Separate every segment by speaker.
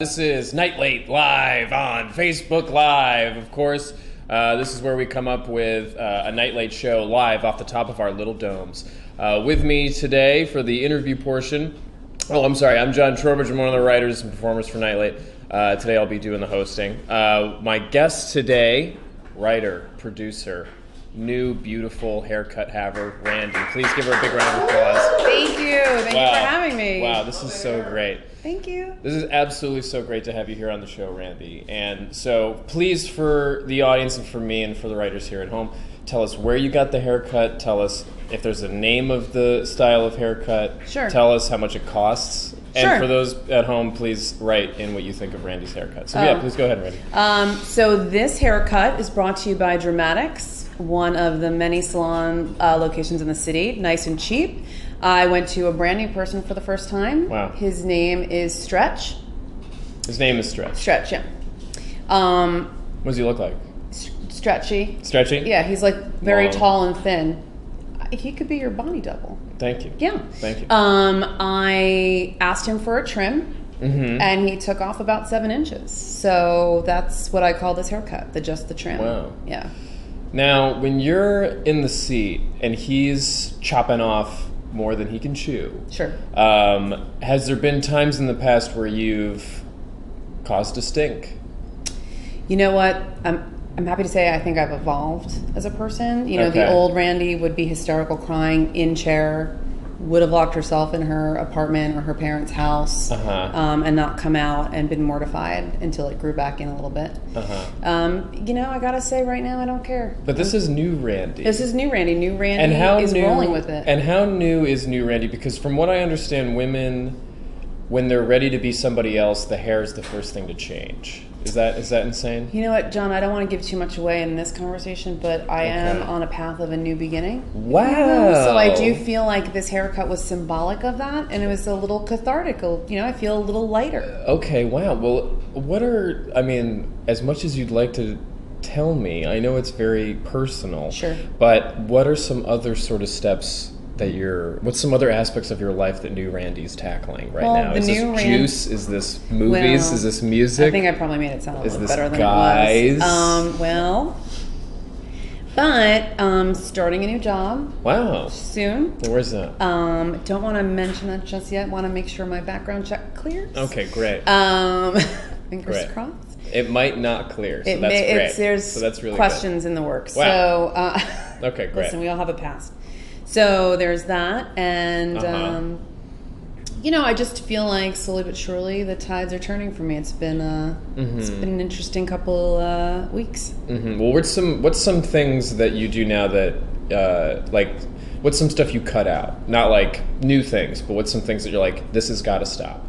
Speaker 1: This is Night Late Live on Facebook Live, of course. Uh, this is where we come up with uh, a night late show live off the top of our little domes. Uh, with me today for the interview portion, oh, I'm sorry, I'm John Trowbridge. I'm one of the writers and performers for Night Late. Uh, today I'll be doing the hosting. Uh, my guest today, writer, producer, new beautiful haircut haver, Randy. Please give her a big round of applause.
Speaker 2: Thank you. Thank you for having me.
Speaker 1: Wow, this is so great.
Speaker 2: Thank you.
Speaker 1: This is absolutely so great to have you here on the show, Randy. And so, please, for the audience and for me and for the writers here at home, tell us where you got the haircut. Tell us if there's a name of the style of haircut.
Speaker 2: Sure.
Speaker 1: Tell us how much it costs.
Speaker 2: Sure.
Speaker 1: And for those at home, please write in what you think of Randy's haircut. So, yeah,
Speaker 2: Oh.
Speaker 1: please go ahead, Randy.
Speaker 2: Um, so this haircut is brought to you by Dramatics, one of the many salon uh, locations in the city. Nice and cheap. I went to a brand new person for the first time.
Speaker 1: Wow.
Speaker 2: His name is Stretch.
Speaker 1: His name is Stretch.
Speaker 2: Stretch, yeah. Um,
Speaker 1: What does he look like?
Speaker 2: s- stretchy.
Speaker 1: Stretchy?
Speaker 2: Yeah, he's like very
Speaker 1: Long.
Speaker 2: tall and thin. He could be your body double.
Speaker 1: Thank you.
Speaker 2: Yeah.
Speaker 1: Thank you.
Speaker 2: Um, I asked him for a trim,
Speaker 1: Mhm.
Speaker 2: and he took off about seven inches. So that's what I call this haircut, the just the trim.
Speaker 1: Wow.
Speaker 2: Yeah.
Speaker 1: Now, when you're in the seat and he's chopping off more than he can chew,
Speaker 2: Sure.
Speaker 1: Um, has there been times in the past where you've caused a stink?
Speaker 2: You know what? I'm I'm happy to say I think I've evolved as a person. You know, the
Speaker 1: Okay.
Speaker 2: old Randy would be hysterical crying in chair, would have locked herself in her apartment or her parents' house,
Speaker 1: Uh-huh.
Speaker 2: um, and not come out and been mortified until it grew back in a little bit.
Speaker 1: Uh-huh.
Speaker 2: Um, you know, I gotta say right now I don't care.
Speaker 1: But this is new Randy.
Speaker 2: This is new Randy. New Randy
Speaker 1: and how
Speaker 2: is
Speaker 1: new,
Speaker 2: rolling with it.
Speaker 1: And how new is new Randy? Because from what I understand, women, when they're ready to be somebody else, the hair is the first thing to change. Is that is that insane?
Speaker 2: you know what, John? I don't want to give too much away in this conversation, but I am
Speaker 1: Okay.
Speaker 2: on a path of a new beginning.
Speaker 1: Wow.
Speaker 2: So I do feel like this haircut was symbolic of that, and it was a little cathartic. a- You know, I feel a little lighter.
Speaker 1: Okay, wow. Well, what are I mean, as much as you'd like to tell me, I know it's very personal.
Speaker 2: Sure.
Speaker 1: But what are some other sort of steps that you're what's some other aspects of your life that new Randy's tackling right
Speaker 2: Well,
Speaker 1: now?
Speaker 2: the
Speaker 1: is
Speaker 2: new
Speaker 1: this
Speaker 2: Ran-
Speaker 1: juice? Is this movies?
Speaker 2: Well,
Speaker 1: is this
Speaker 2: I
Speaker 1: music?
Speaker 2: think I probably made it sound a
Speaker 1: Is
Speaker 2: little
Speaker 1: this
Speaker 2: better than it
Speaker 1: guys?
Speaker 2: was. Um, well, but um, starting a new job
Speaker 1: wow.
Speaker 2: soon.
Speaker 1: Where's that?
Speaker 2: Um, don't want to mention that just yet. Want to make sure my background check clears.
Speaker 1: okay, great.
Speaker 2: Um, fingers
Speaker 1: Great.
Speaker 2: crossed.
Speaker 1: it might not clear, so
Speaker 2: It
Speaker 1: that's
Speaker 2: may-
Speaker 1: great.
Speaker 2: It's, there's
Speaker 1: so that's really
Speaker 2: questions in the works.
Speaker 1: Wow.
Speaker 2: So uh,
Speaker 1: Okay, great.
Speaker 2: Listen, we all have a past. So there's that, and
Speaker 1: Uh-huh.
Speaker 2: um, you know, I just feel like slowly but surely the tides are turning for me. It's been uh, it's
Speaker 1: Mm-hmm.
Speaker 2: been an interesting couple uh, weeks.
Speaker 1: Good. hmm Well, what's some what's some things that you do now that uh, like what's some stuff you cut out? Not like new things, but what's some things that you're like this has got to stop?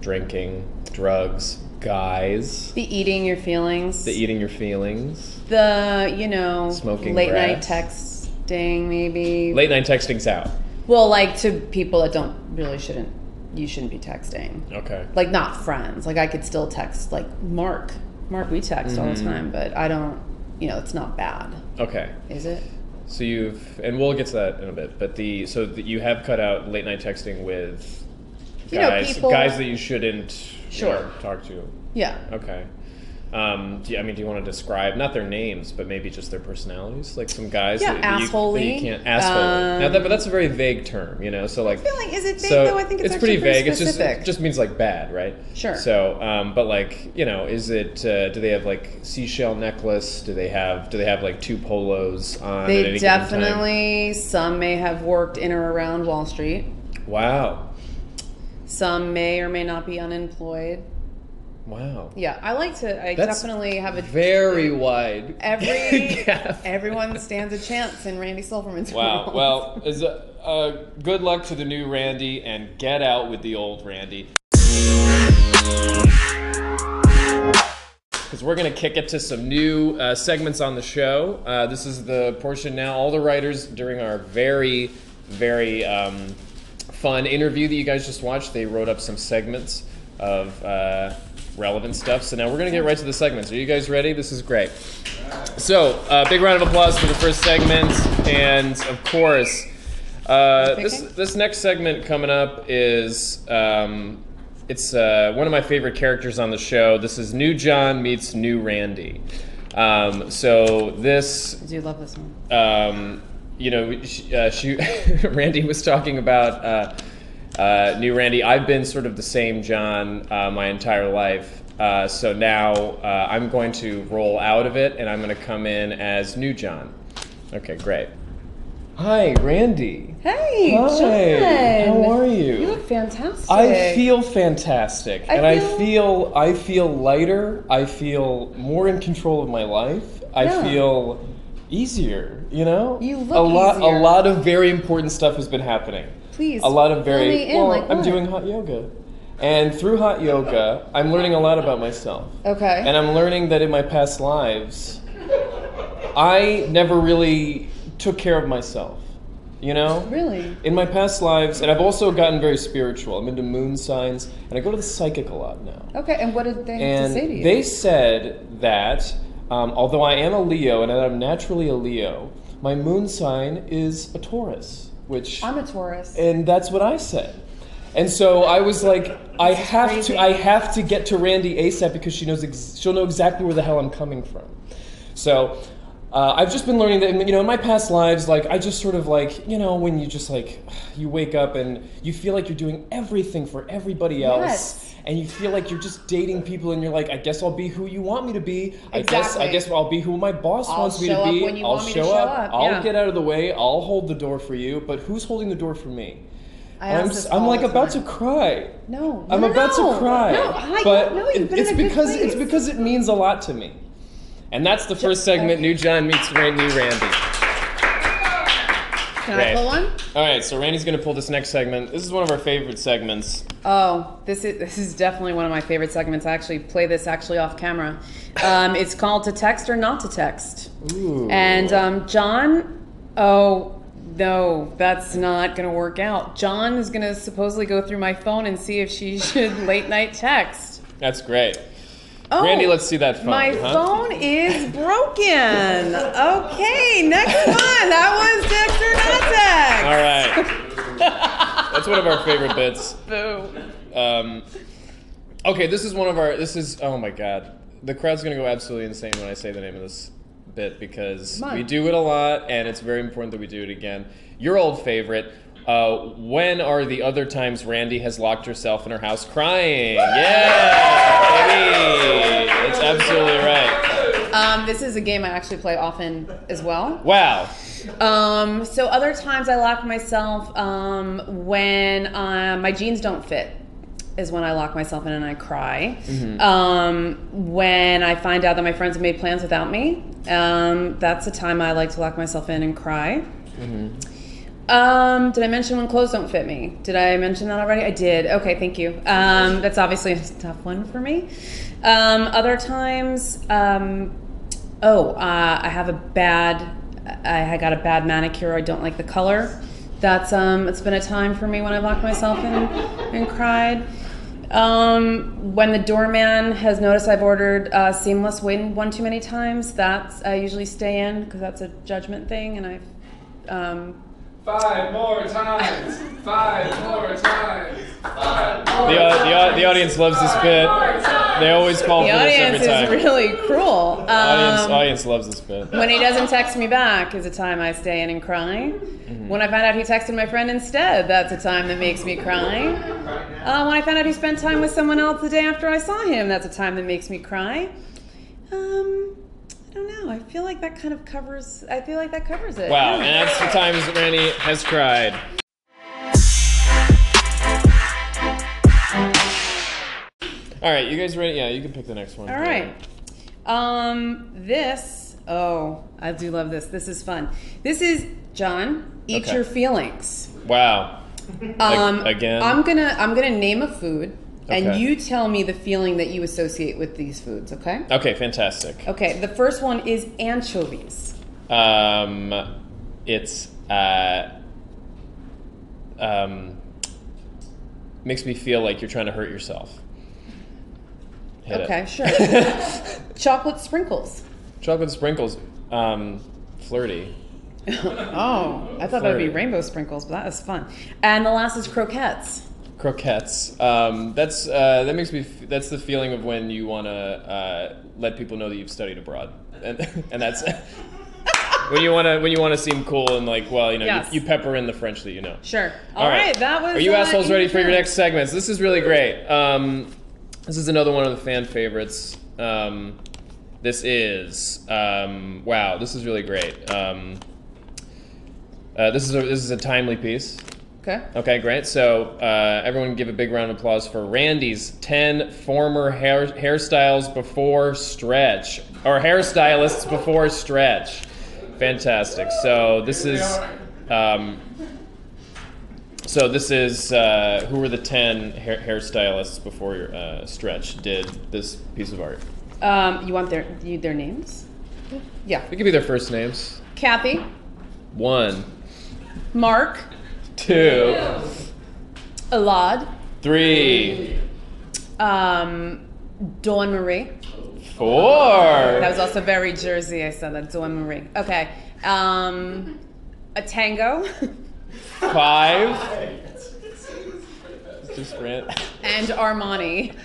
Speaker 1: Drinking, drugs, guys,
Speaker 2: The eating your feelings,
Speaker 1: the eating your feelings.
Speaker 2: the, you know,
Speaker 1: Smoking
Speaker 2: late night
Speaker 1: grass.
Speaker 2: texting, maybe.
Speaker 1: Late night texting's out.
Speaker 2: Well, like to people that don't really shouldn't you shouldn't be texting.
Speaker 1: Okay.
Speaker 2: like not friends. Like I could still text like Mark. Mark we text all
Speaker 1: Mm-hmm.
Speaker 2: the time, but I don't you know, it's not bad,
Speaker 1: Okay.
Speaker 2: is it?
Speaker 1: So you've and we'll get to that in a bit, but the so that you have cut out late night texting with
Speaker 2: You know,
Speaker 1: guys
Speaker 2: people-
Speaker 1: guys that you shouldn't you
Speaker 2: Sure.
Speaker 1: know, talk to.
Speaker 2: Yeah.
Speaker 1: Okay. Um, do you, I mean, do you want to describe not their names, but maybe just their personalities, like some guys?
Speaker 2: Yeah,
Speaker 1: that, that you- that you,
Speaker 2: assholey.
Speaker 1: can't asshole. now
Speaker 2: Um,
Speaker 1: that, but that's a very vague term, you know. So like,
Speaker 2: feel like- is it vague,
Speaker 1: so
Speaker 2: though? I think it's actually
Speaker 1: pretty
Speaker 2: pretty
Speaker 1: vague. It's just it
Speaker 2: specific.
Speaker 1: just means like bad, right?
Speaker 2: Sure.
Speaker 1: So, um, but like, you know, is it? Uh, do they have like seashell necklace? Do they have? Do they have like two polos on? at
Speaker 2: They
Speaker 1: any given time?
Speaker 2: definitely some may have worked in or around Wall Street.
Speaker 1: Wow.
Speaker 2: Some may or may not be unemployed.
Speaker 1: Wow.
Speaker 2: Yeah, I like to I
Speaker 1: That's
Speaker 2: definitely have a
Speaker 1: Very wide.
Speaker 2: every
Speaker 1: gap.
Speaker 2: everyone stands a chance in Randy Silverman's
Speaker 1: Wow.
Speaker 2: world.
Speaker 1: Well, is uh, uh, good luck to the new Randy and get out with the old Randy. Because we're going to kick it to some new uh, segments on the show. Uh, this is the portion now. All the writers during our very, very um, fun interview that you guys just watched, they wrote up some segments of uh, relevant stuff. So now we're going to get right to the segments. Are you guys ready? This is great. So, uh, big round of applause for the first segment, and of course, uh, this
Speaker 2: Picking?
Speaker 1: this next segment coming up is um, it's uh, one of my favorite characters on the show. This is New John meets New Randy. Um, so this
Speaker 2: I do love this one.
Speaker 1: um, you know, she, uh, she Randy was talking about uh, uh, new Randy. I've been sort of the same John uh, my entire life. Uh, so now uh, I'm going to roll out of it, and I'm going to come in as new John. Okay, great. Hi, Randy.
Speaker 2: Hey,
Speaker 1: Hi,
Speaker 2: John.
Speaker 1: how are you?
Speaker 2: You look fantastic.
Speaker 1: I feel fantastic,
Speaker 2: I
Speaker 1: and I
Speaker 2: feel-
Speaker 1: feel I feel lighter. I feel more in control of my life. I
Speaker 2: Yeah.
Speaker 1: feel easier. You know, a
Speaker 2: You look
Speaker 1: lot.
Speaker 2: easier.
Speaker 1: A lot of very important stuff has been happening.
Speaker 2: Please,
Speaker 1: a lot of
Speaker 2: fill
Speaker 1: very.
Speaker 2: me in,
Speaker 1: well,
Speaker 2: like
Speaker 1: I'm
Speaker 2: what?
Speaker 1: doing hot yoga, and through hot yoga, I'm learning a lot about myself.
Speaker 2: Okay.
Speaker 1: And I'm learning that in my past lives, I never really took care of myself. You know?
Speaker 2: really.
Speaker 1: In my past lives, and I've also gotten very spiritual. I'm into moon signs, and I go to the psychic a lot now.
Speaker 2: Okay, and what did they have to
Speaker 1: And
Speaker 2: say to you?
Speaker 1: they said that um, although I am a Leo and that I'm naturally a Leo, my moon sign is a Taurus, which
Speaker 2: I'm a Taurus.
Speaker 1: and that's what I said. And so I was like, I have
Speaker 2: crazy.
Speaker 1: to, I have to get to Randy ASAP because she knows, ex- she'll know exactly where the hell I'm coming from. So uh, I've just been learning that, you know, in my past lives, like I just sort of like, you know, when you just like, you wake up and you feel like you're doing everything for everybody else.
Speaker 2: Yes.
Speaker 1: And you feel like you're just dating people, and you're like, I guess I'll be who you want me to be. I guess,
Speaker 2: Exactly.
Speaker 1: I guess I'll be who my boss
Speaker 2: I'll
Speaker 1: wants me to
Speaker 2: show up
Speaker 1: be.
Speaker 2: when you
Speaker 1: I'll
Speaker 2: want me to
Speaker 1: show
Speaker 2: show
Speaker 1: up.
Speaker 2: up,
Speaker 1: I'll
Speaker 2: yeah.
Speaker 1: get out of the way. I'll hold the door for you. But who's holding the door for me?
Speaker 2: I
Speaker 1: I'm,
Speaker 2: ask this
Speaker 1: s- I'm
Speaker 2: all
Speaker 1: like
Speaker 2: the
Speaker 1: about
Speaker 2: time.
Speaker 1: to cry.
Speaker 2: No,
Speaker 1: I'm
Speaker 2: no,
Speaker 1: about
Speaker 2: no.
Speaker 1: to cry.
Speaker 2: No, I-
Speaker 1: but
Speaker 2: no, you've
Speaker 1: it-
Speaker 2: been
Speaker 1: it's
Speaker 2: in a good
Speaker 1: because it's
Speaker 2: place.
Speaker 1: because it means a lot to me. And that's the first segment. New John meets Randy. Randy.
Speaker 2: Can I
Speaker 1: Right.
Speaker 2: pull one?
Speaker 1: All right, so Randy's gonna pull this next segment. This is one of our favorite segments.
Speaker 2: Oh, this is this is definitely one of my favorite segments. I actually play this actually off camera. Um, it's called "To Text or Not to Text,"
Speaker 1: Ooh.
Speaker 2: and um, John. Oh no, that's not gonna work out. John is gonna supposedly go through my phone and see if she should late night text.
Speaker 1: that's great.
Speaker 2: Oh,
Speaker 1: Randy, let's see that phone.
Speaker 2: My
Speaker 1: huh?
Speaker 2: phone is broken. Okay, next one. That was text or not text.
Speaker 1: All right. that's one of our favorite bits.
Speaker 2: Boo.
Speaker 1: Um, okay, this is one of our. This is. Oh my god, the crowd's gonna go absolutely insane when I say the name of this bit because
Speaker 2: Come on.
Speaker 1: we do it a lot, and it's very important that we do it again. Your old favorite. Uh, when are the other times Randy has locked herself in her house crying? Yeah, baby, that's absolutely right.
Speaker 2: Um, this is a game I actually play often as well.
Speaker 1: Wow,
Speaker 2: Um, so other times I lock myself um, when uh, my jeans don't fit is when I lock myself in and I cry. Um, when I find out that my friends have made plans without me, um, that's the time I like to lock myself in and cry. Um, did I mention when clothes don't fit me? Did I mention that already? I did. Okay, thank you. Um, that's obviously a tough one for me. Um, other times, um, oh, uh, I have a bad, I, I got a bad manicure. I don't like the color. That's um, it's been a time for me when I locked myself in and cried. Um, when the doorman has noticed I've ordered uh, seamless win one too many times, that's I usually stay in because that's a judgment thing, and I've. Um,
Speaker 3: Five more times. Five more times. Five
Speaker 1: the,
Speaker 3: more
Speaker 1: au- the, au- the audience loves this bit. They always call
Speaker 2: The
Speaker 1: for this every
Speaker 2: audience is
Speaker 1: time.
Speaker 2: really cruel. Um,
Speaker 1: audience, audience loves this bit.
Speaker 2: When he doesn't text me back is a time I stay in and cry.
Speaker 1: Mm-hmm.
Speaker 2: When I found out he texted my friend instead, that's a time that makes me cry. Uh, when I found out he spent time with someone else the day after I saw him, that's a time that makes me cry. Um, I don't know. I feel like that kind of covers. I feel like that covers it.
Speaker 1: Wow,
Speaker 2: Yeah.
Speaker 1: and that's the times Randy has cried. All right, you guys ready? Yeah, you can pick the next one.
Speaker 2: All right. Um, this. Oh, I do love this. This is fun. This is John. Eat
Speaker 1: Okay.
Speaker 2: your feelings.
Speaker 1: Wow.
Speaker 2: Um,
Speaker 1: again?
Speaker 2: I'm gonna I'm gonna name a food, and
Speaker 1: Okay.
Speaker 2: you tell me the feeling that you associate with these foods. Okay.
Speaker 1: Okay, fantastic.
Speaker 2: Okay. The first one is anchovies.
Speaker 1: Um, it's uh, um, makes me feel like you're trying to hurt yourself. Hit it.
Speaker 2: okay, sure. Chocolate sprinkles.
Speaker 1: Chocolate sprinkles, um, flirty.
Speaker 2: Oh, I thought that would be
Speaker 1: Flirty.
Speaker 2: rainbow sprinkles, but that was fun. And the last is croquettes.
Speaker 1: croquettes. Um, that's uh, that makes me. F- that's the feeling of when you want to uh, let people know that you've studied abroad, and and that's when you want to when you want to seem cool and like, well, you know,
Speaker 2: Yes.
Speaker 1: you, you pepper in the French that you know.
Speaker 2: Sure. All right. That was.
Speaker 1: Are you
Speaker 2: uh,
Speaker 1: assholes ready
Speaker 2: English
Speaker 1: for your
Speaker 2: Road.
Speaker 1: next segments? This is really great. Um, this is another one of the fan favorites. Um, this is um, wow. This is really great. Um, uh, this is a, this is a timely piece.
Speaker 2: Okay.
Speaker 1: Okay, great. So uh, everyone, give a big round of applause for Randy's ten former hair hairstyles before stretch, or hairstylists before stretch. Fantastic. So this is, um, so this is uh, who were the ten hair, hairstylists before uh, stretch did this piece of art?
Speaker 2: Um, you want their you, their names? Yeah.
Speaker 1: It could be their first names.
Speaker 2: Kathy,
Speaker 1: One,
Speaker 2: Mark,
Speaker 1: two,
Speaker 2: Elad,
Speaker 1: three,
Speaker 2: um, Dawn Marie.
Speaker 1: four.
Speaker 2: That was also very Jersey. I said that Dawn Marie. Okay. Um, a tango
Speaker 1: Five. Just ran.
Speaker 2: and Armani.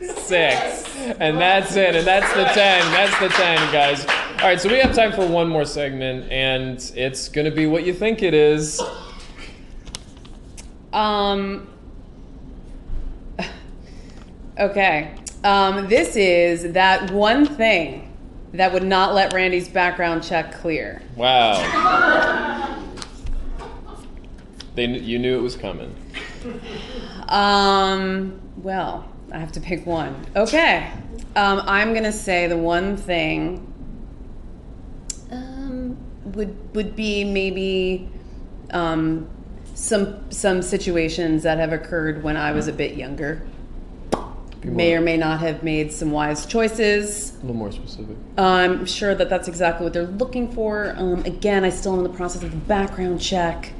Speaker 1: Six. And that's it. And that's the ten. That's the ten, guys. All right, so we have time for one more segment, and it's going to be what you think it is.
Speaker 2: Um, okay. Um, this is that one thing that would not let Randy's background check clear.
Speaker 1: Wow. They, kn- you knew it was coming.
Speaker 2: Um, well, I have to pick one. Okay. Um, I'm going to say the one thing um, would would be maybe um, some some situations that have occurred when I was a bit younger. May or may not have made some wise choices.
Speaker 1: A little more specific.
Speaker 2: I'm sure that that's exactly what they're looking for. Um, again, I still am in the process of the background check.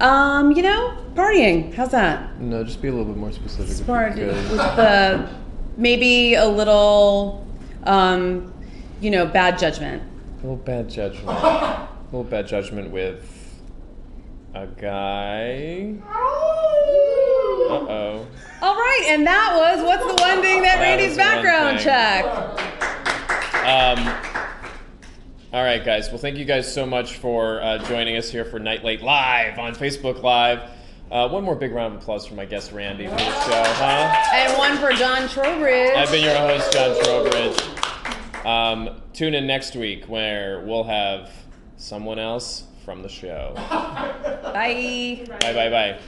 Speaker 2: Um, you know, partying. How's that?
Speaker 1: No, just be a little bit more specific. if you
Speaker 2: Smart
Speaker 1: could.
Speaker 2: with the maybe a little, um, you know, bad judgment.
Speaker 1: A little bad judgment. A little bad judgment with a guy. Uh oh.
Speaker 2: All right, and that was what's the one thing that,
Speaker 1: That was
Speaker 2: Randy's
Speaker 1: the one
Speaker 2: background
Speaker 1: thing.
Speaker 2: check.
Speaker 1: Um, all right, guys. Well, thank you guys so much for uh, joining us here for Night Late Live on Facebook Live. Uh, one more big round of applause for my guest Randy for the show, huh?
Speaker 2: And one for John Trowbridge.
Speaker 1: I've been your host, John Trowbridge. Um, tune in next week where we'll have someone else from the show.
Speaker 2: Bye.
Speaker 1: Bye, bye, bye.